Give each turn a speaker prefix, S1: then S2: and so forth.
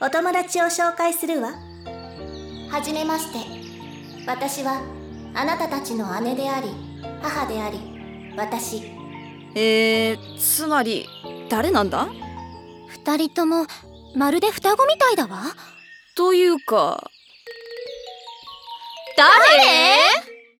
S1: お友達を紹介するわ
S2: はじめまして私はあなたたちの姉であり母であり私
S3: えー、つまり誰なんだ
S4: 二人ともまるで双子みたいだわ
S3: というか
S4: 誰